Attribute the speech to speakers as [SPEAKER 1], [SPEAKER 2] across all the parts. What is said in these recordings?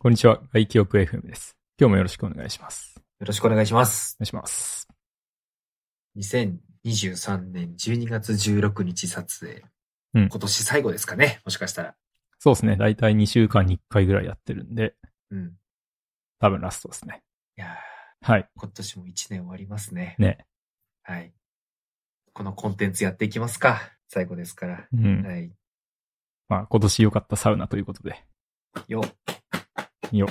[SPEAKER 1] こんにちは。外記憶 FM です。今日もよろしくお願いします。
[SPEAKER 2] よろしくお願いします
[SPEAKER 1] お。願いします。
[SPEAKER 2] 2023年12月16日撮影。
[SPEAKER 1] うん
[SPEAKER 2] 今年最後ですかね。もしかしたら。
[SPEAKER 1] そうですね。だいたい2週間に1回ぐらいやってるんで、
[SPEAKER 2] うん。い
[SPEAKER 1] 多分ラストですね。
[SPEAKER 2] やー
[SPEAKER 1] はい。
[SPEAKER 2] 今年も1年終わりますね。
[SPEAKER 1] ね。
[SPEAKER 2] はい。このコンテンツやっていきますか。最後ですから。
[SPEAKER 1] うん。
[SPEAKER 2] はい。
[SPEAKER 1] まあ、今年良かったサウナということで。
[SPEAKER 2] よ。
[SPEAKER 1] よ。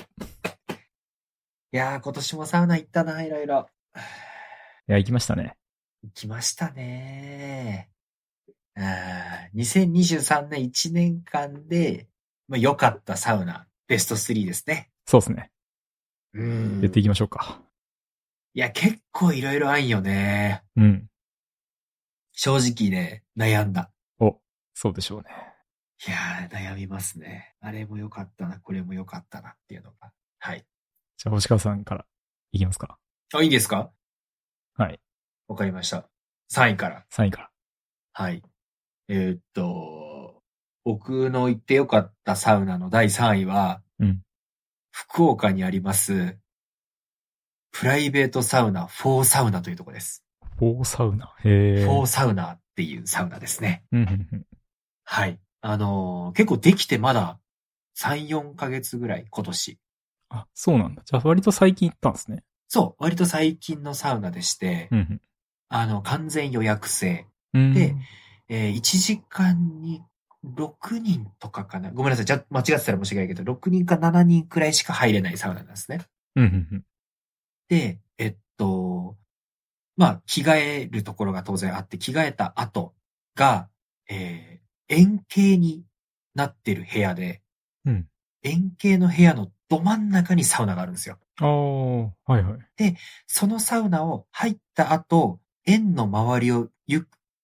[SPEAKER 2] いやー、今年もサウナ行ったな、いろいろ。
[SPEAKER 1] いや、行きましたね。
[SPEAKER 2] 行きましたねー。あー2023年1年間で、まあ、良かったサウナ、ベスト3ですね。
[SPEAKER 1] そうですね。
[SPEAKER 2] うん
[SPEAKER 1] やっていきましょうか。
[SPEAKER 2] いや、結構いろいろあんよね。
[SPEAKER 1] うん。
[SPEAKER 2] 正直ね、悩んだ。
[SPEAKER 1] そうでしょうね。
[SPEAKER 2] いやー、悩みますね。あれも良かったな、これも良かったなっていうのが。はい。
[SPEAKER 1] じゃあ、星川さんからいきますか。
[SPEAKER 2] あ、いいですか
[SPEAKER 1] はい。
[SPEAKER 2] わかりました。3位から。
[SPEAKER 1] 3位から。
[SPEAKER 2] はい。えーっと、僕の行って良かったサウナの第3位は、
[SPEAKER 1] うん
[SPEAKER 2] 福岡にあります、プライベートサウナ、フォーサウナというとこです。
[SPEAKER 1] フォーサウナ。へえ。
[SPEAKER 2] フォー
[SPEAKER 1] ー。
[SPEAKER 2] サウナっていうサウナですね。
[SPEAKER 1] うん、うん、うん。
[SPEAKER 2] はい。あのー結構できてまだ3、4ヶ月ぐらい今年。
[SPEAKER 1] あ、そうなんだ。じゃあ、割と最近行ったんですね。
[SPEAKER 2] そう、割と最近のサウナでして、
[SPEAKER 1] うん、
[SPEAKER 2] あの、完全予約制。
[SPEAKER 1] うん。
[SPEAKER 2] で
[SPEAKER 1] うん、
[SPEAKER 2] えー1時間に6人とかかな。ごめんなさい。じゃ、間違ってたら申し訳ないけど、6人か7人くらいしか入れないサウナなんですね。
[SPEAKER 1] うん、うん
[SPEAKER 2] で、えっと、まあ、着替えるところが当然あって、着替えた後が、えー円形になってる部屋で、
[SPEAKER 1] うん
[SPEAKER 2] 円形の部屋のど真ん中にサウナがあるんですよ。
[SPEAKER 1] うん。ああ、はいはい。
[SPEAKER 2] そのサウナを入った後、円の周りをゆっ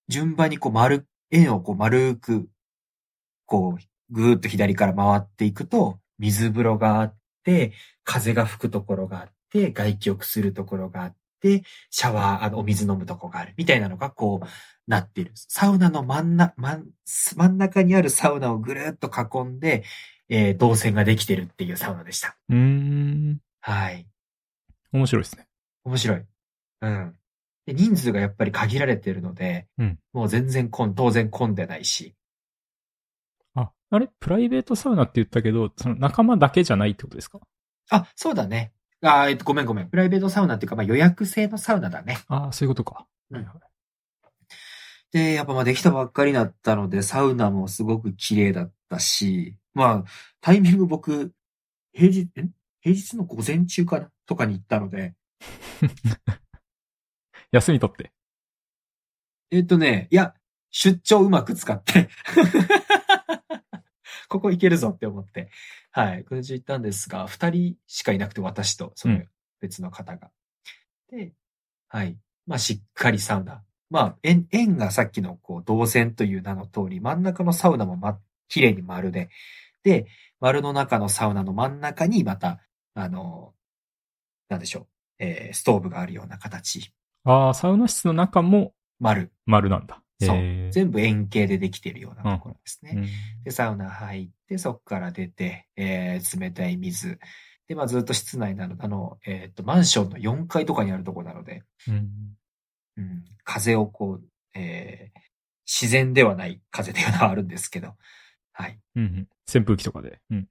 [SPEAKER 2] 順番にこう丸、円をこう丸く、こう、ぐーっと左から回っていくと、水風呂があって、風が吹くところがあって、外気浴するところがあって、シャワー、あの、お水飲むとこがある、みたいなのがこう、なっている。サウナの真ん中、真ん真ん中にあるサウナをぐるーっと囲んで、えー動線ができてるっていうサウナでした。
[SPEAKER 1] うーん。
[SPEAKER 2] はい。
[SPEAKER 1] 面白いですね。
[SPEAKER 2] 面白い。うん。で、人数がやっぱり限られてるので、
[SPEAKER 1] うん
[SPEAKER 2] もう全然混、当然混んでないし。
[SPEAKER 1] あ、あれプライベートサウナって言ったけど、その仲間だけじゃないってことですか
[SPEAKER 2] あ、そうだね。あー、えっと、ごめんごめん。プライベートサウナっていうか、まあ予約制のサウナだね。
[SPEAKER 1] ああ、そういうことか。
[SPEAKER 2] うん
[SPEAKER 1] はいはい
[SPEAKER 2] で、やっぱまあできたばっかりだったので、サウナもすごく綺麗だったし、まあ、タイミング僕、平日、ん平日の午前中かなとかに行ったので、
[SPEAKER 1] 休み取って。
[SPEAKER 2] えっとね、いや、出張うまく使って。ここいけるぞって思って。はい。今週行ったんですが、二人しかいなくて、私と、そうの
[SPEAKER 1] ん
[SPEAKER 2] 別の方が。で、はい。まあ、しっかりサウナ。まあ、円、円がさっきの、こう、動線という名の通り、真ん中のサウナもま、綺麗に丸で。で、丸の中のサウナの真ん中に、また、あの、なんでしょう。えーストーブがあるような形。
[SPEAKER 1] ああ、サウナ室の中も
[SPEAKER 2] 丸。
[SPEAKER 1] 丸なんだ。
[SPEAKER 2] そう
[SPEAKER 1] へー
[SPEAKER 2] 全部円形でできてるようなところですね。
[SPEAKER 1] うん
[SPEAKER 2] で、サウナ入って、そこから出て、えー冷たい水。で、まあずっと室内なの、あの、えーっと、マンションの4階とかにあるところなので、
[SPEAKER 1] うん
[SPEAKER 2] うん、風をこう、えー自然ではない風というのはあるんですけど、はい。
[SPEAKER 1] うんうん扇風機とかで。うん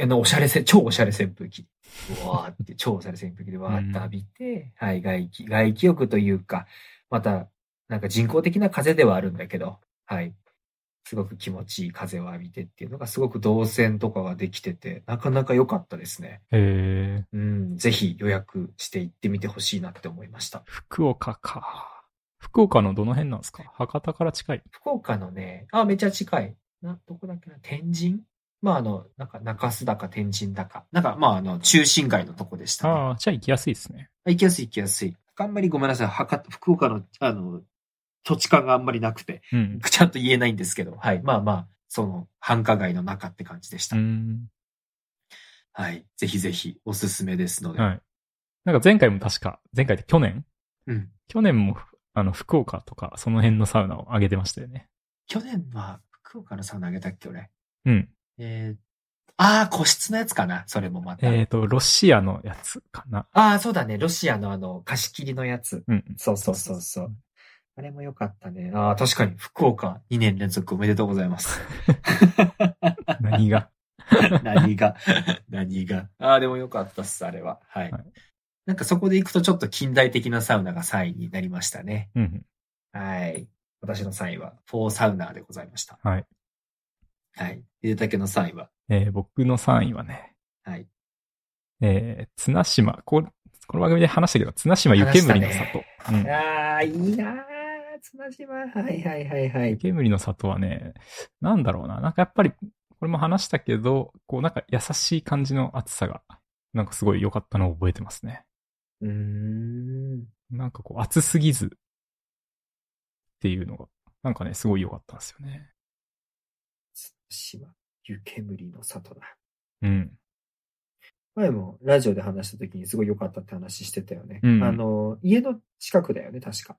[SPEAKER 2] あの、おしゃれせ、超おしゃれ扇風機。うわーって、超おしゃれ扇風機でわーっと浴びて、はい、外気、外気浴というか、また、なんか人工的な風ではあるんだけど、はい。すごく気持ちいい風を浴びてっていうのが、すごく動線とかができてて、なかなか良かったですね。
[SPEAKER 1] へえ、
[SPEAKER 2] うん、ぜひ予約して行ってみてほしいなって思いました。
[SPEAKER 1] 福岡か。福岡のどの辺なんですか博多から近い。
[SPEAKER 2] 福岡のね、あ、めちゃ近い。な、どこだっけな、天神まあ、あの、なんか、中洲だか天神だか。なんか、まあ、あの、中心街のとこでしたね。
[SPEAKER 1] ああ、じゃあ行きやすいですね。
[SPEAKER 2] あ行きやすい行きやすい。あんまりごめんなさい。博多、福岡の、あの、土地勘があんまりなくて、
[SPEAKER 1] うん。
[SPEAKER 2] ちゃんと言えないんですけど、はい。まあまあ、その、繁華街の中って感じでし
[SPEAKER 1] う
[SPEAKER 2] た。
[SPEAKER 1] ん。
[SPEAKER 2] はい。ぜひぜひ、おすすめですので。
[SPEAKER 1] はい。なんか前回も確か、前回って去年
[SPEAKER 2] うん。
[SPEAKER 1] 去年も、あの、福岡とか、その辺のサウナを上げてましたよね。
[SPEAKER 2] 去年は、福岡のサウナあげたっけ、俺。
[SPEAKER 1] うん。
[SPEAKER 2] えーっああ、個室のやつかなそれもまた。
[SPEAKER 1] えっ、と、ロシアのやつかな。
[SPEAKER 2] ああ、そうだね。ロシアのあの、貸し切りのやつ。
[SPEAKER 1] うん。
[SPEAKER 2] そうそうそうそう。あれも良かったね。ああ、確かに福岡2年連続おめでとうございます。
[SPEAKER 1] 何が。
[SPEAKER 2] 何が、何が。ああ、でも良かったっす、あれは。はい。
[SPEAKER 1] はい
[SPEAKER 2] なんかそこで行くとちょっと近代的なサウナが3位になりましたね。
[SPEAKER 1] うん。
[SPEAKER 2] はい。私の3位は、フォーサウナーでございました。
[SPEAKER 1] はい。
[SPEAKER 2] はい。ゆうたけの3位は、
[SPEAKER 1] えー僕の3位はね、
[SPEAKER 2] はい。
[SPEAKER 1] えー、綱島、ここの番組で話したけど、綱島湯煙の
[SPEAKER 2] 話した
[SPEAKER 1] 里。うん
[SPEAKER 2] ああ、いいなー、綱島。はいはいはいは
[SPEAKER 1] 湯。煙の里はね、なんだろうな。なんかやっぱり、これも話したけど、こうなんか優しい感じの暑さが、なんかすごい良かったのを覚えてますね。
[SPEAKER 2] うーん。
[SPEAKER 1] なんかこう暑すぎずっていうのが、なんかね、すごい良かったんですよね。
[SPEAKER 2] 綱島、湯煙の里だ。
[SPEAKER 1] うん。
[SPEAKER 2] 前もラジオで話した時にすごい良かったって話してたよね。
[SPEAKER 1] うん
[SPEAKER 2] あの、家の近くだよね、確か。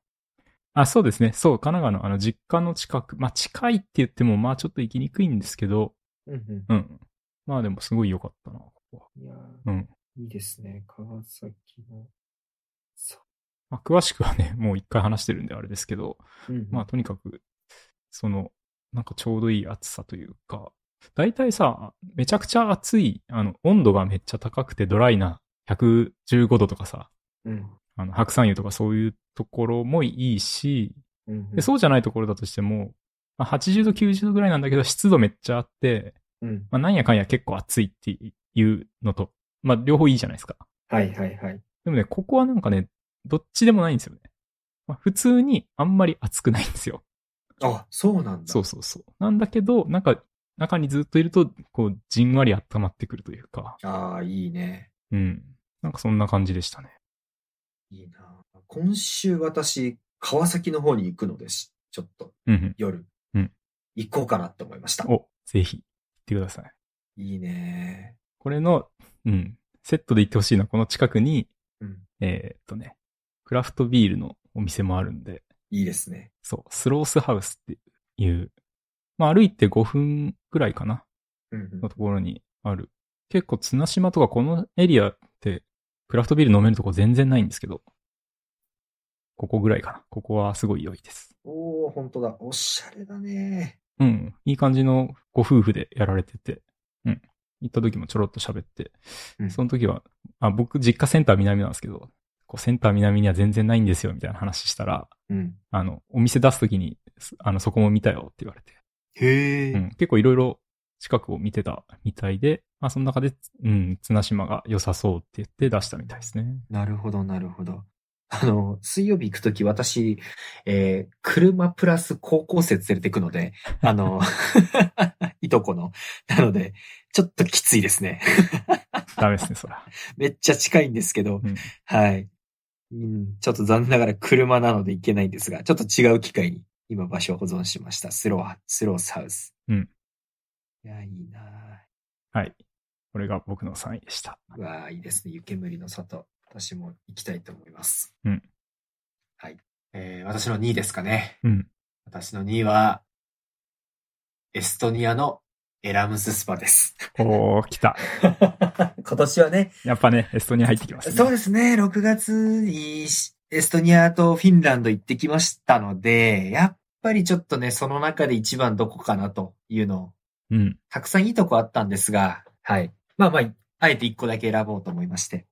[SPEAKER 1] あ、そうですね。そう、神奈川のあの実家の近く、まあ近いって言っても、まあちょっと行きにくいんですけど、
[SPEAKER 2] うんうん。
[SPEAKER 1] うん。まあでもすごい良かったな、ここは。
[SPEAKER 2] いや
[SPEAKER 1] う
[SPEAKER 2] ー
[SPEAKER 1] ん。
[SPEAKER 2] いいですね。川崎の。そ
[SPEAKER 1] まあ詳しくはね、 もう一回話してるんであれですけど、
[SPEAKER 2] う。うん、
[SPEAKER 1] まあとにかく、その、なんかちょうどいい暑さというか、大体さ、めちゃくちゃ暑い、あの、温度がめっちゃ高くてドライな115度とかさ、
[SPEAKER 2] うん。
[SPEAKER 1] あの、白山湯とかそういうところもいいし、
[SPEAKER 2] うん。
[SPEAKER 1] でそうじゃないところだとしても、まあ、80度、90度ぐらいなんだけど、湿度めっちゃあって、
[SPEAKER 2] うん。
[SPEAKER 1] まあ、なんやかんや結構暑いっていうのと、まあ、両方いいじゃないですか。
[SPEAKER 2] はいはいはい。
[SPEAKER 1] でもね、ここはなんかね、どっちでもないんですよね。まあ、普通にあんまり暑くないんですよ。
[SPEAKER 2] あ、そうなんだ。
[SPEAKER 1] そうそうそう。なんだけど、なんか、中にずっといると、こう、じんわり温まってくるというか、
[SPEAKER 2] ああ、いいね。
[SPEAKER 1] うん。なんかそんな感じでしたね。
[SPEAKER 2] いいな。今週私、川崎の方に行くのです。ちょっと
[SPEAKER 1] うん
[SPEAKER 2] 夜。
[SPEAKER 1] うん
[SPEAKER 2] 行こうかなって思いました
[SPEAKER 1] うん。。お、ぜひ、行ってください。
[SPEAKER 2] いいね。
[SPEAKER 1] これの、うん、セットで行ってほしいのは、この近くに、
[SPEAKER 2] うん。
[SPEAKER 1] えーっとね、クラフトビールのお店もあるんで、
[SPEAKER 2] いいですね。
[SPEAKER 1] そう、スロースハウスっていう、まあ歩いて5分くらいかな、
[SPEAKER 2] うんうん
[SPEAKER 1] のところにある。結構綱島とかこのエリアって、クラフトビール飲めるとこ全然ないんですけど、ここぐらいかな。ここはすごい良いです。
[SPEAKER 2] おお本当だ。おしゃれだね。
[SPEAKER 1] うん、いい感じのご夫婦でやられてて、うん。行った時もちょろっと喋って、
[SPEAKER 2] うん
[SPEAKER 1] その時は、あ、僕、実家センター南なんですけど、こうセンター南には全然ないんですよ、みたいな話したら、
[SPEAKER 2] うん。
[SPEAKER 1] あの、お店出すときに、すあの、そこも見たよって言われて。
[SPEAKER 2] へえ、
[SPEAKER 1] うん。結構いろいろ近くを見てたみたいで、まあ、その中で、うん、綱島が良さそうって言って出したみたいですね。
[SPEAKER 2] なるほど、なるほど。あの、水曜日行くとき私、えー車プラス高校生連れてく ので、あの、 いとこの。なので、ちょっときついですね。
[SPEAKER 1] ダメですね、そら。
[SPEAKER 2] めっちゃ近いんですけど、
[SPEAKER 1] うん
[SPEAKER 2] はい、うん。ちょっと残念ながら車なので行けないんですが、ちょっと違う機会に今場所を保存しました。スロー、スローサウス。
[SPEAKER 1] うん。
[SPEAKER 2] いや、いいな
[SPEAKER 1] はい。これが僕の3位でした。
[SPEAKER 2] うわあ、いいですね。湯煙の里。私も行きたいと思います。
[SPEAKER 1] うん。
[SPEAKER 2] はい。えー、私の2位ですかね。
[SPEAKER 1] うん。
[SPEAKER 2] 私の2位は、エストニアのエラムススパです。
[SPEAKER 1] おー、来た。
[SPEAKER 2] 今年はね、
[SPEAKER 1] やっぱね、エストニア入ってきますね。
[SPEAKER 2] そうですね、6月にしエストニアとフィンランド行ってきましたので、やっぱりちょっとね、その中で一番どこかなというのを、
[SPEAKER 1] うん。
[SPEAKER 2] たくさんいいとこあったんですが、はい。まあまあ、あえて一個だけ選ぼうと思いまして。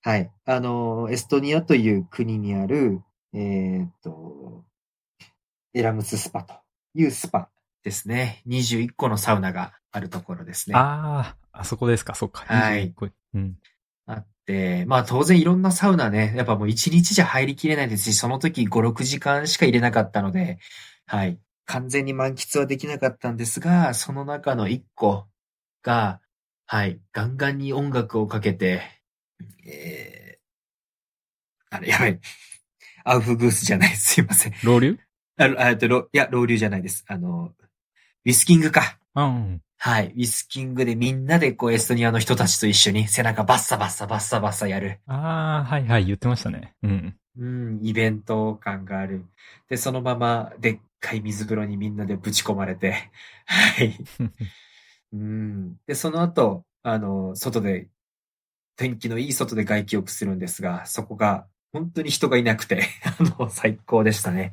[SPEAKER 2] はい。あの、エストニアという国にある、えーっと、エラムススパというスパですね。21個のサウナがあるところですね。
[SPEAKER 1] あー、あそこですか、そっか。
[SPEAKER 2] はい
[SPEAKER 1] 21個。うん。
[SPEAKER 2] あって、まあ当然いろんなサウナね、やっぱもう1日じゃ入りきれないですし、その時5、6時間しか入れなかったので、はい。完全に満喫はできなかったんですが、その中の1個が、はい、ガンガンに音楽をかけて、えー、あれ、やばい。アウフグースじゃない、すいません。
[SPEAKER 1] ロ流
[SPEAKER 2] あの、あえっと、ろいや、老流じゃないです。あの、ウィスキングか。
[SPEAKER 1] あうん。
[SPEAKER 2] はい。ウィスキングでみんなでこうエストニアの人たちと一緒に背中バッサバッサバッサバッサやる。
[SPEAKER 1] あー、はいはい、言ってましたね。うん。
[SPEAKER 2] うん、イベント感がある。で、そのままでっかい水風呂にみんなでぶち込まれて。はい。うん。で、その後、あの、外で、天気のいい外で外気浴するんですが、そこが本当に人がいなくて、 あの、最高でしたね。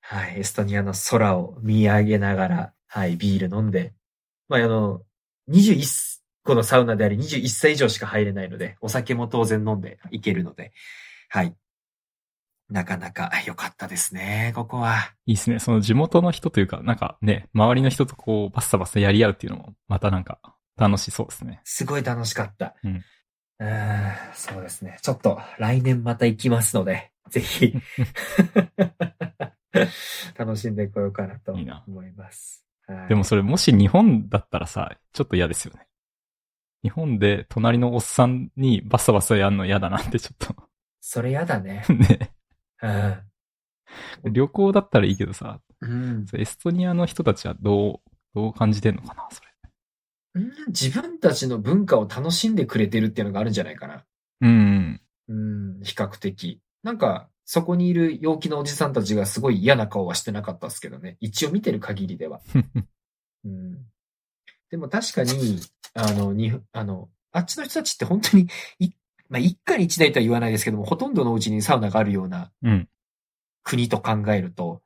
[SPEAKER 2] はい。エストニアの空を見上げながら、はい、ビール飲んで。まあ、あの、21個のサウナであり、21歳以上しか入れないので、お酒も当然飲んでいけるので、はい。なかなか良かったですね、ここは。
[SPEAKER 1] いいですね。その地元の人というか、なんかね、周りの人とこう、バッサバッサやり合うっていうのも、またなんか、楽しそうですね。
[SPEAKER 2] すごい楽しかった。
[SPEAKER 1] うん
[SPEAKER 2] うーんそうですね。ちょっと来年また行きますので、ぜひ、楽しんでこようかなと
[SPEAKER 1] いいな
[SPEAKER 2] 思います。はい
[SPEAKER 1] でもそれ、もし日本だったらさ、ちょっと嫌ですよね。日本で隣のおっさんにバッサバッサやるの嫌だなってちょっ
[SPEAKER 2] それやだ ね
[SPEAKER 1] と。。ね。
[SPEAKER 2] うん
[SPEAKER 1] 旅行だったらいいけどさ、
[SPEAKER 2] うん、
[SPEAKER 1] エストニアの人たちはどう、どう感じてんのかな、それ。
[SPEAKER 2] うん自分たちの文化を楽しんでくれてるっていうのがあるんじゃないかな。
[SPEAKER 1] うん。
[SPEAKER 2] うん、比較的。なんか、そこにいる陽気のおじさんたちがすごい嫌な顔はしてなかったですけどね。一応見てる限りでは。うん。でも確かに、あの、に、あの、あっちの人たちって本当に、いまあ、一家に一台とは言わないですけども、ほとんどのうちにサウナがあるような
[SPEAKER 1] うん。
[SPEAKER 2] 国と考えると、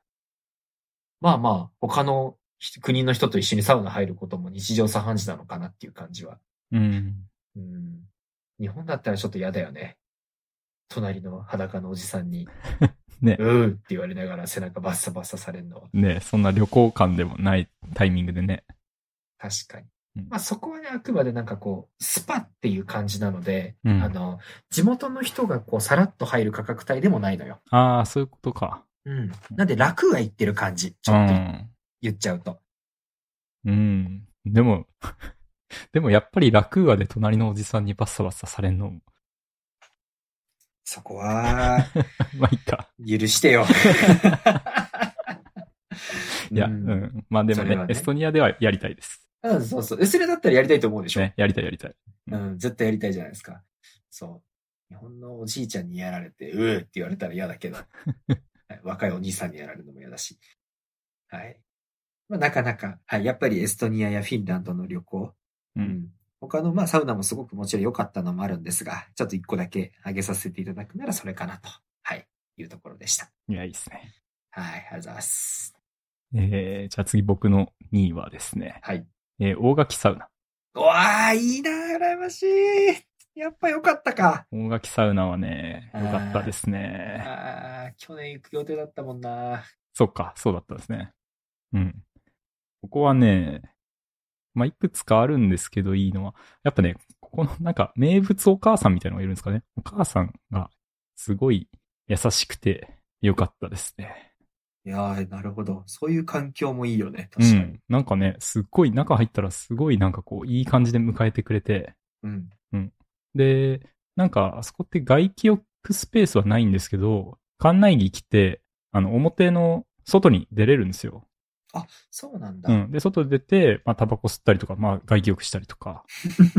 [SPEAKER 2] まあまあ、他の国の人と一緒にサウナ入ることも日常茶飯事なのかなっていう感じは。
[SPEAKER 1] うん。
[SPEAKER 2] うん。日本だったらちょっと嫌だよね。隣の裸のおじさんに、
[SPEAKER 1] ね
[SPEAKER 2] う。ーって言われながら背中バッサバッサされるの は。
[SPEAKER 1] ねそんな旅行感でもないタイミングでね。
[SPEAKER 2] 確かに
[SPEAKER 1] うん。
[SPEAKER 2] まあ、そこはね、あくまでなんかこう、スパっていう感じなので、
[SPEAKER 1] うん
[SPEAKER 2] あの、地元の人がこう、さらっと入る価格帯でもないのよ。
[SPEAKER 1] ああ、そういうことか。
[SPEAKER 2] うん。なんで楽がいってる感じ。
[SPEAKER 1] う
[SPEAKER 2] ちょっと
[SPEAKER 1] ん。
[SPEAKER 2] 言っちゃうと。
[SPEAKER 1] うん。でも、 でもやっぱり楽話で隣のおじさんにバッサバッサされんのも、
[SPEAKER 2] そこは、
[SPEAKER 1] まあいいか。
[SPEAKER 2] 許して よ。
[SPEAKER 1] いや、
[SPEAKER 2] う
[SPEAKER 1] うんん。まあでも
[SPEAKER 2] それ
[SPEAKER 1] ね
[SPEAKER 2] はね
[SPEAKER 1] エストニアではやりたいです。
[SPEAKER 2] うん、そうそう。それだったらやりたいと思うでしょ。
[SPEAKER 1] ね、やりたいやりたい。
[SPEAKER 2] うん、絶対やりたいじゃないですか。そう。日本のおじいちゃんにやられて、うーって言われたら嫌だ けど、はい若いお兄さんにやられるのも嫌だし。はい。まあ、なかなか、はい。やっぱりエストニアやフィンランドの旅行、
[SPEAKER 1] う。
[SPEAKER 2] うんん。他の、まあ、サウナもすごくもちろん良かったのもあるんですが、ちょっと一個だけ挙げさせていただくならそれかなと、はい。いうところでした。
[SPEAKER 1] いや、いいですね。
[SPEAKER 2] はい。ありがとうございます。
[SPEAKER 1] えー、じゃあ次僕の2位はですね、
[SPEAKER 2] はい。
[SPEAKER 1] えー、大垣サウナ。
[SPEAKER 2] うわー、いいなー、羨ましい。やっぱ良かったか。
[SPEAKER 1] 大垣サウナはね、よかったですね。
[SPEAKER 2] あー、去年行く予定だったもんな。
[SPEAKER 1] そっか、そうだったんですね。うん。ここはね、まあ、いくつかあるんですけど、いいのは。やっぱね、ここのなんか名物お母さんみたいなのがいるんですかね。お母さんがすごい優しくてよかったですね。
[SPEAKER 2] いやー、なるほど。そういう環境もいいよね。
[SPEAKER 1] う
[SPEAKER 2] 確かに
[SPEAKER 1] ん。。なんかね、すっごい中入ったらすごいなんかこう、いい感じで迎えてくれて。
[SPEAKER 2] うん。
[SPEAKER 1] で、なんかあそこって外気浴スペースはないんですけど、館内着着て、あの、表の外に出れるんですよ。
[SPEAKER 2] そうなんだ。
[SPEAKER 1] うん。で、外出て、まあ、タバコ吸ったりとか、まあ、外気浴したりと か、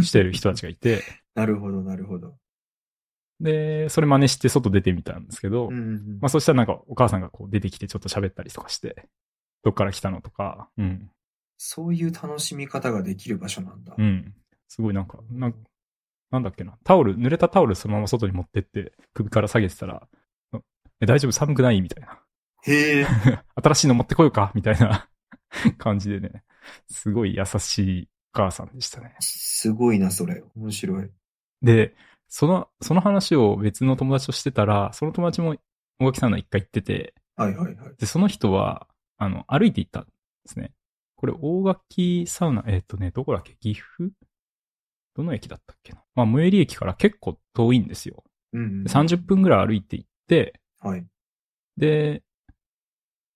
[SPEAKER 1] してる人たちがいて、
[SPEAKER 2] なるほど、なるほど。
[SPEAKER 1] で、それ真似して外出てみたんですけど、
[SPEAKER 2] うんうん
[SPEAKER 1] まあ、そしたらなんか、お母さんがこう出てきてちょっと喋ったりとかして、どっから来たのとか、うん。
[SPEAKER 2] そういう楽しみ方ができる場所なんだ。
[SPEAKER 1] うん。すごいなんか、なんなんだっけな、タオル、濡れたタオルそのまま外に持ってって、首から下げてたら、え、大丈夫寒くないみたいな。
[SPEAKER 2] へえ。
[SPEAKER 1] 新しいの持ってこようかみたいな 感じでね、すごい優しいお母さんでしたね。
[SPEAKER 2] すごいな、それ。面白い。
[SPEAKER 1] で、その、その話を別の友達としてたら、その友達も大垣サウナ一回行ってて、
[SPEAKER 2] はいはいはい。
[SPEAKER 1] で、その人は、あの、歩いて行ったんですね。これ、大垣サウナ、えっ、とね、どこだっけ岐阜どの駅だったっけなまあ、最寄り駅から結構遠いんですよ。
[SPEAKER 2] うんうん
[SPEAKER 1] で30分ぐらい歩いて行って、
[SPEAKER 2] はい。
[SPEAKER 1] で、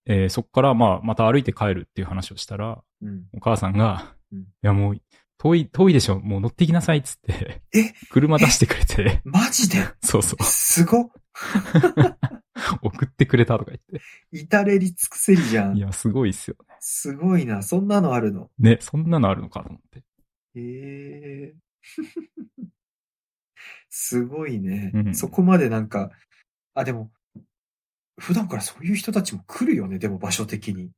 [SPEAKER 1] えーそこから、まあ、また歩いて帰るっていう話をしたら、
[SPEAKER 2] うん。
[SPEAKER 1] お母さんが、
[SPEAKER 2] うん
[SPEAKER 1] いや、もう、遠い、遠いでしょ、もう乗ってきなさいっつって
[SPEAKER 2] え、
[SPEAKER 1] 車出してくれて、
[SPEAKER 2] マジで
[SPEAKER 1] そうそう。
[SPEAKER 2] すごっ
[SPEAKER 1] 送ってくれたとか言って。
[SPEAKER 2] 至れり尽くせりじゃ
[SPEAKER 1] い
[SPEAKER 2] ん。
[SPEAKER 1] や、すごいっすよ
[SPEAKER 2] すごいな。そんなのあるの。
[SPEAKER 1] ね。ね、そんなのあるのかと思って。
[SPEAKER 2] へえ。 すごいね
[SPEAKER 1] う。ん
[SPEAKER 2] そこまでなんか、あ、でも、普段からそういう人たちも来るよね、でも場所的に。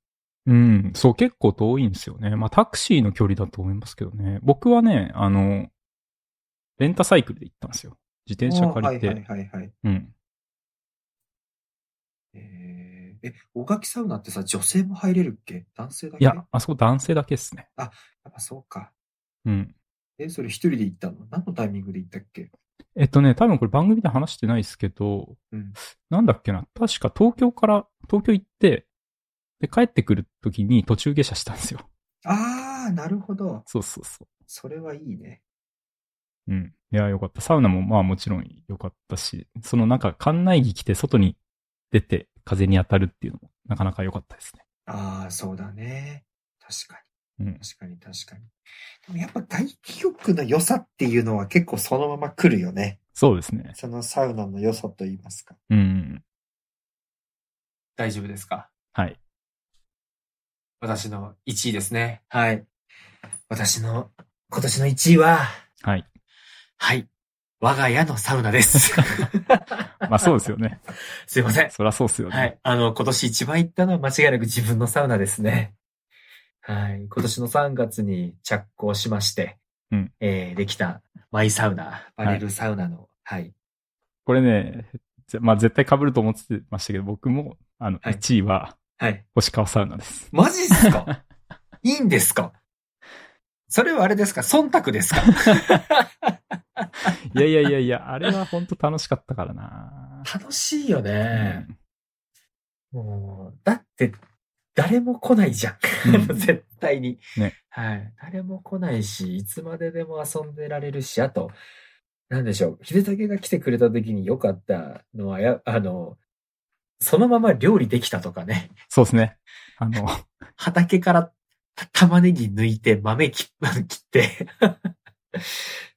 [SPEAKER 1] うん、そう、結構遠いんですよね。まあ、タクシーの距離だと思いますけどね。僕はね、あの、レンタサイクルで行ったんですよ。自転車借りて。
[SPEAKER 2] あーはいはいはいはい。
[SPEAKER 1] うん。
[SPEAKER 2] えー、え、大垣サウナってさ、女性も入れるっけ男性だ
[SPEAKER 1] い
[SPEAKER 2] け
[SPEAKER 1] や、あそこ男性だけっすね。
[SPEAKER 2] やっぱそうか。
[SPEAKER 1] うん。
[SPEAKER 2] え、それ一人で行ったの何のタイミングで行ったっけ
[SPEAKER 1] えっとね、多分これ番組で話してないですけど、
[SPEAKER 2] うん
[SPEAKER 1] なんだっけな、確か東京から、東京行って、で、帰ってくるときに途中下車したんですよ。
[SPEAKER 2] あー、なるほど。
[SPEAKER 1] そうそうそ
[SPEAKER 2] それはいいね。
[SPEAKER 1] う。うん。いや、よかった。サウナもまあもちろんよかったし、そのなんか館内着着て外に出て風に当たるっていうのもなかなか良かったですね。
[SPEAKER 2] あー、そうだね。確か
[SPEAKER 1] うん
[SPEAKER 2] に、。確かに、確かに。でもやっぱ外気浴の良さっていうのは結構そのまま来るよね。
[SPEAKER 1] そうですね。
[SPEAKER 2] そのサウナの良さと言いますか。
[SPEAKER 1] うん。
[SPEAKER 2] 大丈夫ですか
[SPEAKER 1] はい。
[SPEAKER 2] 私の1位ですね。はい。私の、今年の1位は、
[SPEAKER 1] はい。
[SPEAKER 2] はい。我が家のサウナです。
[SPEAKER 1] まあそうですよね。
[SPEAKER 2] すいません。
[SPEAKER 1] そりゃそうですよね。
[SPEAKER 2] はい。あの、今年一番行ったのは間違いなく自分のサウナですね。はい。今年の3月に着工しまして、
[SPEAKER 1] うん
[SPEAKER 2] えーできたマイサウナ、バレルサウナの、はい。
[SPEAKER 1] これね、ぜまあ絶対被ると思ってましたけど、僕も、あの、
[SPEAKER 2] はい
[SPEAKER 1] 1位は
[SPEAKER 2] はい。
[SPEAKER 1] 星川サウナ です。
[SPEAKER 2] マジっすかいいんですかそれはあれですか忖度ですか
[SPEAKER 1] いやいやいやいや、あれは本当楽しかったからな。
[SPEAKER 2] 楽しいよ
[SPEAKER 1] う
[SPEAKER 2] ね。
[SPEAKER 1] ん
[SPEAKER 2] もう、だって、誰も来ないじゃん。
[SPEAKER 1] うん
[SPEAKER 2] 絶対に。
[SPEAKER 1] ね
[SPEAKER 2] はい。誰も来ないし、いつまででも遊んでられるし、あと、なんでしょう。秀武が来てくれた時に良かったのは、や、あの、そのまま料理できたとかね。
[SPEAKER 1] そうですね。あの、
[SPEAKER 2] 畑からた玉ねぎ抜いて豆切切って、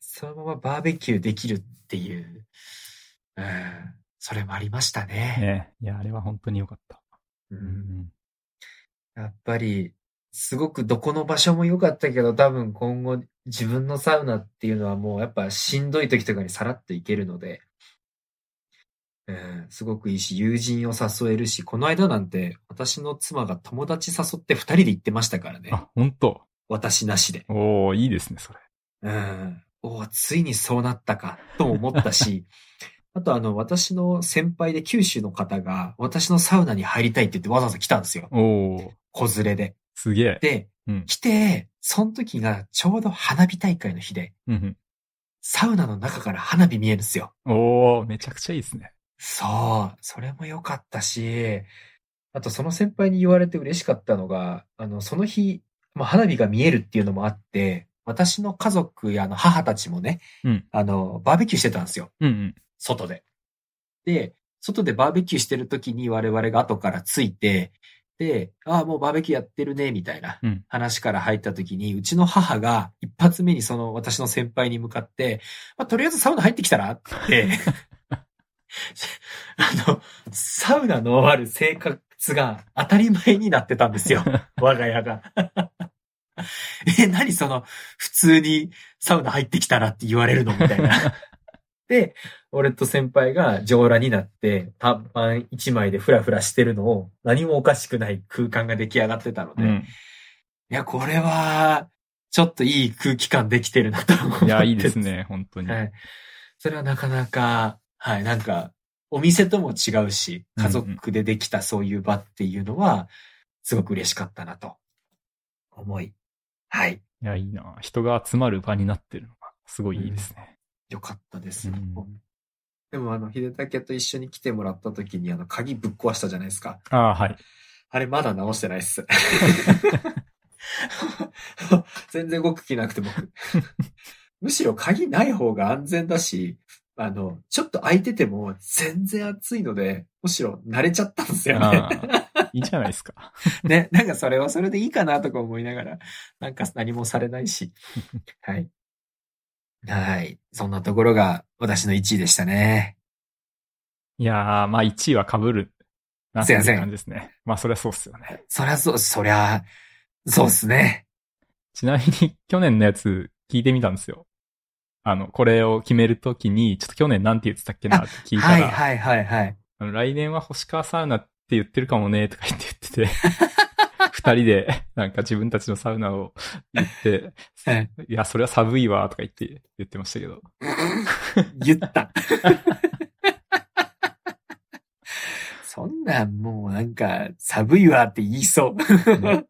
[SPEAKER 2] そのままバーベキューできるっていう、うん、それもありましたね。
[SPEAKER 1] ね、いや、あれは本当に良かった。
[SPEAKER 2] う
[SPEAKER 1] うんん。
[SPEAKER 2] やっぱり、すごくどこの場所も良かったけど、多分今後自分のサウナっていうのはもうやっぱしんどい時とかにさらっと行けるので、うん、すごくいいし、友人を誘えるし、この間なんて私の妻が友達誘って二人で行ってましたからね。
[SPEAKER 1] あ、本当
[SPEAKER 2] 私なしで。
[SPEAKER 1] おー、いいですね、それ。
[SPEAKER 2] うん。おーついにそうなったか、とも思ったし、あとあの、私の先輩で九州の方が、私のサウナに入りたいって言ってわざわざ来たんですよ。
[SPEAKER 1] おー、
[SPEAKER 2] 子連れで。
[SPEAKER 1] すげえ。
[SPEAKER 2] で、
[SPEAKER 1] うん。
[SPEAKER 2] 来て、その時がちょうど花火大会の日で、
[SPEAKER 1] うん
[SPEAKER 2] サウナの中から花火見えるんですよ。
[SPEAKER 1] うん。おー、めちゃくちゃいいですね。
[SPEAKER 2] そう、それも良かったし、あとその先輩に言われて嬉しかったのが、あの、その日、まあ、花火が見えるっていうのもあって、私の家族やあの母たちもね、
[SPEAKER 1] うん
[SPEAKER 2] あの、バーベキューしてたんですよ。
[SPEAKER 1] うん
[SPEAKER 2] 外で。で、外でバーベキューしてる時に我々が後からついて、で、ああ、もうバーベキューやってるね、みたいな
[SPEAKER 1] うん
[SPEAKER 2] 話から入った時に、うちの母が一発目にその私の先輩に向かって、まあ、とりあえずサウナ入ってきたら って、あの、サウナのある生活が当たり前になってた んですよ。我が家が。 え、何その、普通にサウナ入ってきたらって言われるのみ たいな。で、俺と先輩が上裸になって、短パン一枚でフラフラしてるのを、何もおかしくない空間が出来上がってたの
[SPEAKER 1] う
[SPEAKER 2] で、
[SPEAKER 1] ん。う
[SPEAKER 2] い
[SPEAKER 1] ん。
[SPEAKER 2] や、これは、ちょっといい空気感できてるなと思って。
[SPEAKER 1] いや、いいです。ね、本当に。
[SPEAKER 2] はい。それはなかなか、はい、なんか、お店とも違うし、
[SPEAKER 1] うんう
[SPEAKER 2] 家
[SPEAKER 1] ん
[SPEAKER 2] 族でできたそういう場っていうのは、すごく嬉しかったなと、思い。はい。
[SPEAKER 1] いや、いいな。人が集まる場になってるのが、すごいいいですね。
[SPEAKER 2] よかったです。
[SPEAKER 1] うん
[SPEAKER 2] でも、あの、秀武と一緒に来てもらった時に、あの、鍵ぶっ壊したじゃないですか。
[SPEAKER 1] ああ、はい。
[SPEAKER 2] あれ、まだ直してない っす。全然動く気なくて、僕。むしろ鍵ない方が安全だし、あの、ちょっと開いてても全然暑いので、むしろ慣れちゃったんですよね。
[SPEAKER 1] ああ、 いいじゃないですか。
[SPEAKER 2] ね、なんかそれはそれでいいかなとか思いながら、なんか何もされないし。はい。はい。そんなところが私の1位でしたね。
[SPEAKER 1] いやー、まあ1位は被るなって
[SPEAKER 2] すい
[SPEAKER 1] い
[SPEAKER 2] ま
[SPEAKER 1] う
[SPEAKER 2] せん
[SPEAKER 1] 感じですね。まあそりゃそうっすよね。
[SPEAKER 2] そりゃそう、そりゃ、そうっすね。
[SPEAKER 1] ちなみに 去年のやつ聞いてみたんですよ。あの、これを決めるときに、ちょっと去年なんて言ってたっけなって聞いたら、
[SPEAKER 2] はいはいはいはい。
[SPEAKER 1] あの来年は星川サウナって言ってるかもねとか言って言ってて、 二人で、なんか自分たちのサウナを言って、
[SPEAKER 2] はい
[SPEAKER 1] いや、それは寒いわ、とか言って、言ってましたけ ど。
[SPEAKER 2] 言った。そんなんもうなんか、寒いわって言いそう。
[SPEAKER 1] ね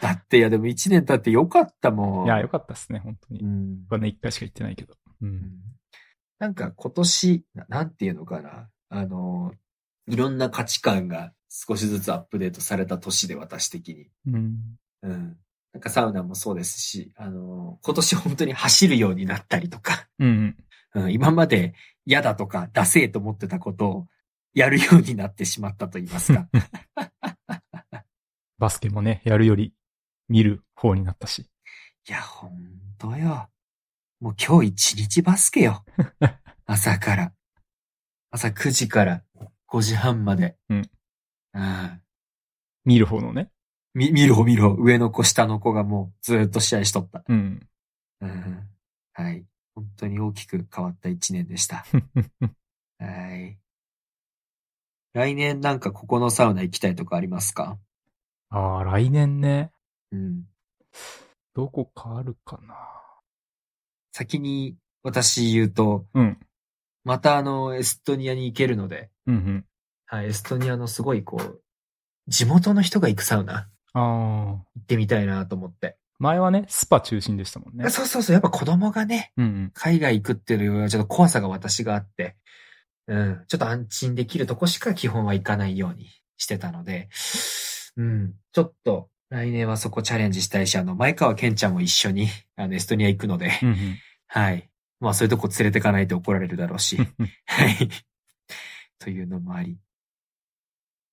[SPEAKER 2] だって、いやでも一年経ってよかったもん。
[SPEAKER 1] いや、よかったですね、本当に。
[SPEAKER 2] う
[SPEAKER 1] 僕
[SPEAKER 2] ん、
[SPEAKER 1] はね、一回しか行ってないけど。うん。
[SPEAKER 2] なんか今年、ななんていうのかな。あの、いろんな価値観が少しずつアップデートされた年で私的に。
[SPEAKER 1] うん。
[SPEAKER 2] うん。なんかサウナもそうですし、あの、今年本当に走るようになったりとか。
[SPEAKER 1] うん。
[SPEAKER 2] うん、今まで嫌だとか、ダセえと思ってたことをやるようになってしまったと言いますか。
[SPEAKER 1] バスケもね、やるより、見る方になったし。
[SPEAKER 2] いや、ほんとよ。もう今日一日バス ケよ。朝から。朝9時から5時半まで。
[SPEAKER 1] うん
[SPEAKER 2] ああ。
[SPEAKER 1] 見る方のね。
[SPEAKER 2] み、見る方見る方。上の子下の子がもうずーっと試合しとった。
[SPEAKER 1] うん。
[SPEAKER 2] うん。はい。本当に大きく変わった一年でした。はい。来年なんかここのサウナ行きたいとかありますか
[SPEAKER 1] ああ、来年ね、
[SPEAKER 2] うん。
[SPEAKER 1] どこかあるかな。
[SPEAKER 2] 先に私言うと、
[SPEAKER 1] うん。
[SPEAKER 2] またあの、エストニアに行けるので、
[SPEAKER 1] うんうん。
[SPEAKER 2] はい、エストニアのすごいこう、地元の人が行くサウナ、
[SPEAKER 1] ああ。
[SPEAKER 2] 行ってみたいなと思って。
[SPEAKER 1] 前はね、スパ中心でしたもんね。
[SPEAKER 2] そうそうそう、やっぱ子供がね、
[SPEAKER 1] うんうん。
[SPEAKER 2] 海外行くっていうよりはちょっと怖さが私があって、うん、ちょっと安心できるとこしか基本は行かないようにしてたので、うん、ちょっと来年はそこチャレンジしたいし、あの、前川健ちゃんも一緒に、あの、エストニア行くので、
[SPEAKER 1] うんうん。
[SPEAKER 2] はい。まあそういうとこ連れてかないと怒られるだろうし。はい。というのもあり。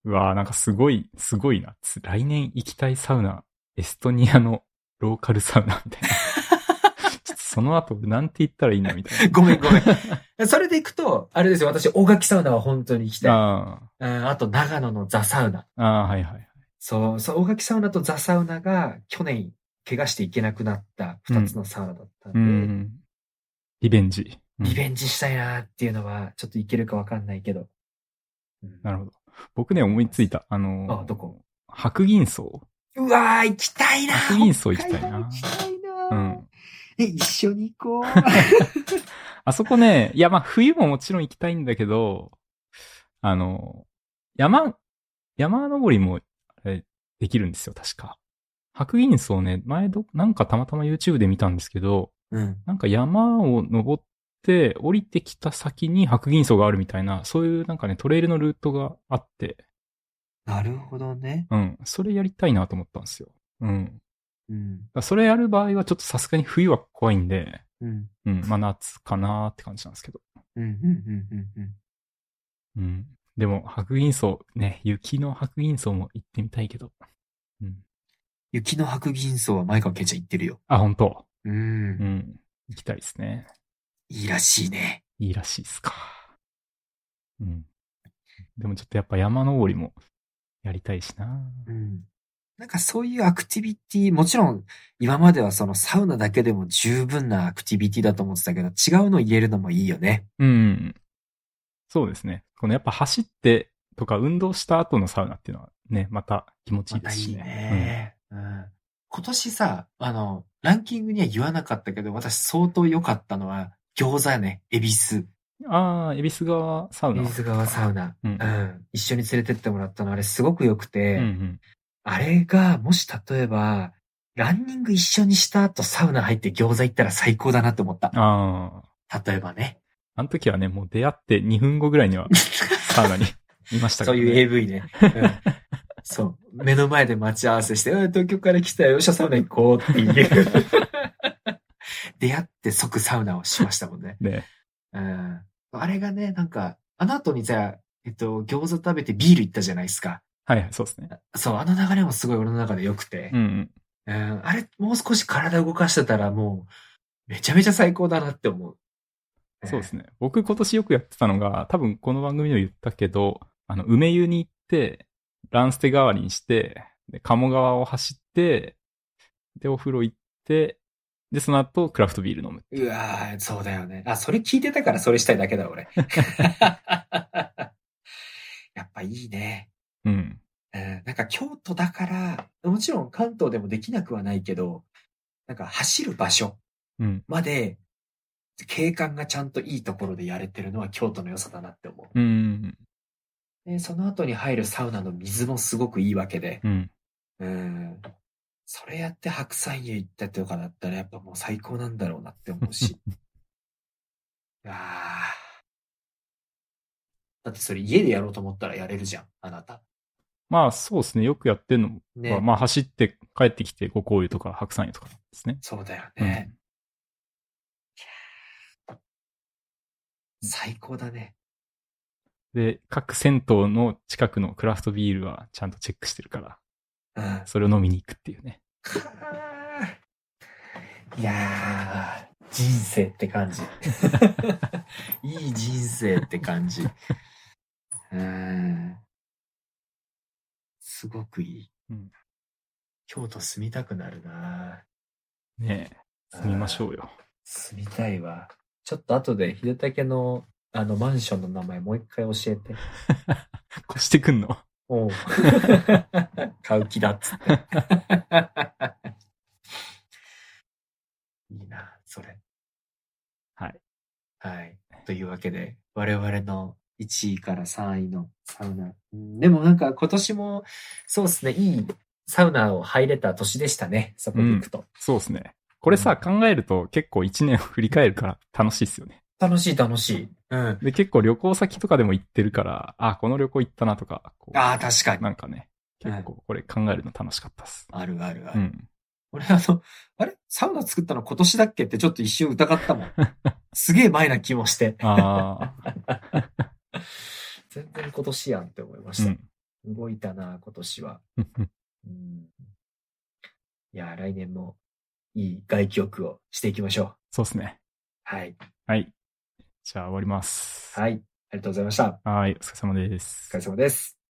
[SPEAKER 1] うわあ、なんかすごい、すごいな。つ来年行きたいサウナ、エストニアのローカルサウナみ たいな。ちょっとその後、俺なんて言ったらいいんだみたい
[SPEAKER 2] ごめんごめ ん。それで行くと、あれですよ、私、大垣サウナは本当に行き
[SPEAKER 1] な。
[SPEAKER 2] たい。
[SPEAKER 1] あ
[SPEAKER 2] うんあと、長野のザサウナ。
[SPEAKER 1] あ、ああ、はいはい。
[SPEAKER 2] そう、そう、大垣サウナとザサウナが去年、怪我して行けなくなった二つのサウナだったんで、
[SPEAKER 1] うん。リベンジ。うん
[SPEAKER 2] リベンジしたいなっていうのは、ちょっと行けるかわかんないけど。うん
[SPEAKER 1] なるほど。僕ね、思いついた。あのー
[SPEAKER 2] あどこ
[SPEAKER 1] 白銀層
[SPEAKER 2] うわー、行きたいな
[SPEAKER 1] 白銀層行きたい
[SPEAKER 2] 北海道
[SPEAKER 1] な
[SPEAKER 2] 行。きたいな
[SPEAKER 1] うん。
[SPEAKER 2] え、一緒に行こ
[SPEAKER 1] あそこね、いや、まあ、冬ももちろん行きたいんだけど、あの、山、山登りも、あれできるんですよ、確か。白銀層ね、前ど、なんかたまたま YouTube で見たんですけど、
[SPEAKER 2] う。うん。
[SPEAKER 1] なんか山を登って、降りてきた先に白銀層があるみたいな、そういうなんかね、トレイルのルートがあって、
[SPEAKER 2] なるほどね。
[SPEAKER 1] うん、それやりたいなと思ったんですよ。うん。だか
[SPEAKER 2] うん。
[SPEAKER 1] らそれやる場合はちょっとさすがに冬は怖いんで、
[SPEAKER 2] うん。
[SPEAKER 1] うん、まあ夏かなーって感じなんですけど。
[SPEAKER 2] うん。うん。うん。うん。
[SPEAKER 1] うん。でも、白銀層、ね、雪の白銀層も行ってみたいけど。うん。
[SPEAKER 2] 雪の白銀層は前川健ちゃん行ってるよ。
[SPEAKER 1] あ、本当
[SPEAKER 2] う。
[SPEAKER 1] うんん。行きたいですね。
[SPEAKER 2] いいらしいね。
[SPEAKER 1] いいらしいっすか。うん。でもちょっとやっぱ山登りもやりたいしな。
[SPEAKER 2] うん。なんかそういうアクティビティ、もちろん今まではそのサウナだけでも十分なアクティビティだと思ってたけど、違うの入れるのもいいよね。
[SPEAKER 1] うん。そうですね。このやっぱ走ってとか運動した後のサウナっていうのはね、また気持ちいいで
[SPEAKER 2] また
[SPEAKER 1] す
[SPEAKER 2] い
[SPEAKER 1] し
[SPEAKER 2] い
[SPEAKER 1] ね。
[SPEAKER 2] ね。うん。今年さ、あの、ランキングには言わなかったけど、私相当良かったのは、餃子ね、恵比寿。
[SPEAKER 1] うんああ、恵比寿川サウ
[SPEAKER 2] 恵
[SPEAKER 1] ナ。
[SPEAKER 2] 比寿川サウナ。
[SPEAKER 1] うん。
[SPEAKER 2] う。ん。一緒に連れてってもらったの、あれすごく良くて、
[SPEAKER 1] うんうん。
[SPEAKER 2] あれが、もし例えば、ランニング一緒にした後サウナ入って餃子行ったら最高だなって思った。
[SPEAKER 1] ああ。
[SPEAKER 2] 例えば ね。
[SPEAKER 1] あの時はね、もう出会って2分後ぐらいにはサウナ にいましたから、
[SPEAKER 2] そう
[SPEAKER 1] ね。
[SPEAKER 2] いう AV ね。うんそう。目の前で待ち合わせして、うん東京から来たよ、よっしゃ、サウナ行こうっていう。出会って即サウナをしましたもんね。
[SPEAKER 1] ね。
[SPEAKER 2] うん。あれがね、なんか、あの後にじゃあ、えっと、餃子食べてビール行ったじゃないですか。
[SPEAKER 1] はいはい、そうですね。
[SPEAKER 2] そう、あの流れもすごい俺の中で良くて
[SPEAKER 1] う。ん
[SPEAKER 2] うん、あれ、もう少し体動かしてたらもう、めちゃめちゃ最高だなって思う。
[SPEAKER 1] うん。そうです
[SPEAKER 2] ね。
[SPEAKER 1] ね。僕今年よくやってたのが、多分この番組でも言ったけど、あの、梅湯に行って、ランステ代わりにして、で、鴨川を走って、で、お風呂行って、で、その後、クラフトビール飲む。
[SPEAKER 2] うわーそうだよね。あ、それ聞いてたからそれしたいだ けだ、俺。やっぱいいね。
[SPEAKER 1] うん。
[SPEAKER 2] あえーなんか京都だから、もちろん関東でもできなくはないけど、なんか走る場所
[SPEAKER 1] うん。
[SPEAKER 2] まで、景観がちゃんといいところでやれてるのは京都の良さだなって思
[SPEAKER 1] うん。
[SPEAKER 2] う。で、その後に入るサウナの水もすごくいいわけで、
[SPEAKER 1] うん。
[SPEAKER 2] うん。それやって白山湯行ったとかだったらやっぱもう最高なんだろうなって思 うし。あだってそれ家でやろうと思ったらやれるじゃん、あなた。
[SPEAKER 1] まあ、そうですね。よくやってるの
[SPEAKER 2] ね。
[SPEAKER 1] は、まあ、走って帰ってきて、ご紅葉とか白山湯とかですね。
[SPEAKER 2] そうだよ
[SPEAKER 1] うん
[SPEAKER 2] ね。最高だね。
[SPEAKER 1] で、各銭湯の近くのクラフトビールはちゃんとチェックしてるから、
[SPEAKER 2] うん。
[SPEAKER 1] それを飲みに行くっていうね。
[SPEAKER 2] いやー、人生って感じ。 いい人生って感じ。うーん。すごくいい。
[SPEAKER 1] うん
[SPEAKER 2] 京都住みたくなるな
[SPEAKER 1] ねえ。住みましょうよ。
[SPEAKER 2] 住みたいわ。ちょっと後で、秀武の、あの、マンションの名前もう一回教えて。
[SPEAKER 1] 越してくんの。
[SPEAKER 2] おう買う気だっつって。 いいな、それ。
[SPEAKER 1] はい。
[SPEAKER 2] はい。というわけで、我々の1位から3位のサウナ。うんでもなんか今年も、そうですね、いいサウナを入れた年でしたね、そこに行くと。
[SPEAKER 1] そうですね。これさ、考えると結構一年を振り返るから楽しいですよね。
[SPEAKER 2] 楽しい楽しい。うん。あ
[SPEAKER 1] で、結構旅行先とかでも行ってるから、あ、この旅行行ったなとか、こう
[SPEAKER 2] あ、確かに。
[SPEAKER 1] なんかね、結構これ考えるの楽しかったっす。
[SPEAKER 2] あるあるあ
[SPEAKER 1] う
[SPEAKER 2] る。
[SPEAKER 1] ん。
[SPEAKER 2] 俺あの、あれサウナ作ったの今年だっけってちょっと一瞬疑った もん。すげえ前な気もして。
[SPEAKER 1] ああ、
[SPEAKER 2] 全然今年やんって思いま
[SPEAKER 1] う
[SPEAKER 2] した。
[SPEAKER 1] ん。
[SPEAKER 2] 動いたな、今年は。うんいや、来年もいい外記憶をしていきましょう。
[SPEAKER 1] そうですね。
[SPEAKER 2] はい。
[SPEAKER 1] はい。じゃあ終わります。
[SPEAKER 2] はい。ありがとうございました。
[SPEAKER 1] はい。お疲れ様です
[SPEAKER 2] お疲。れ様です。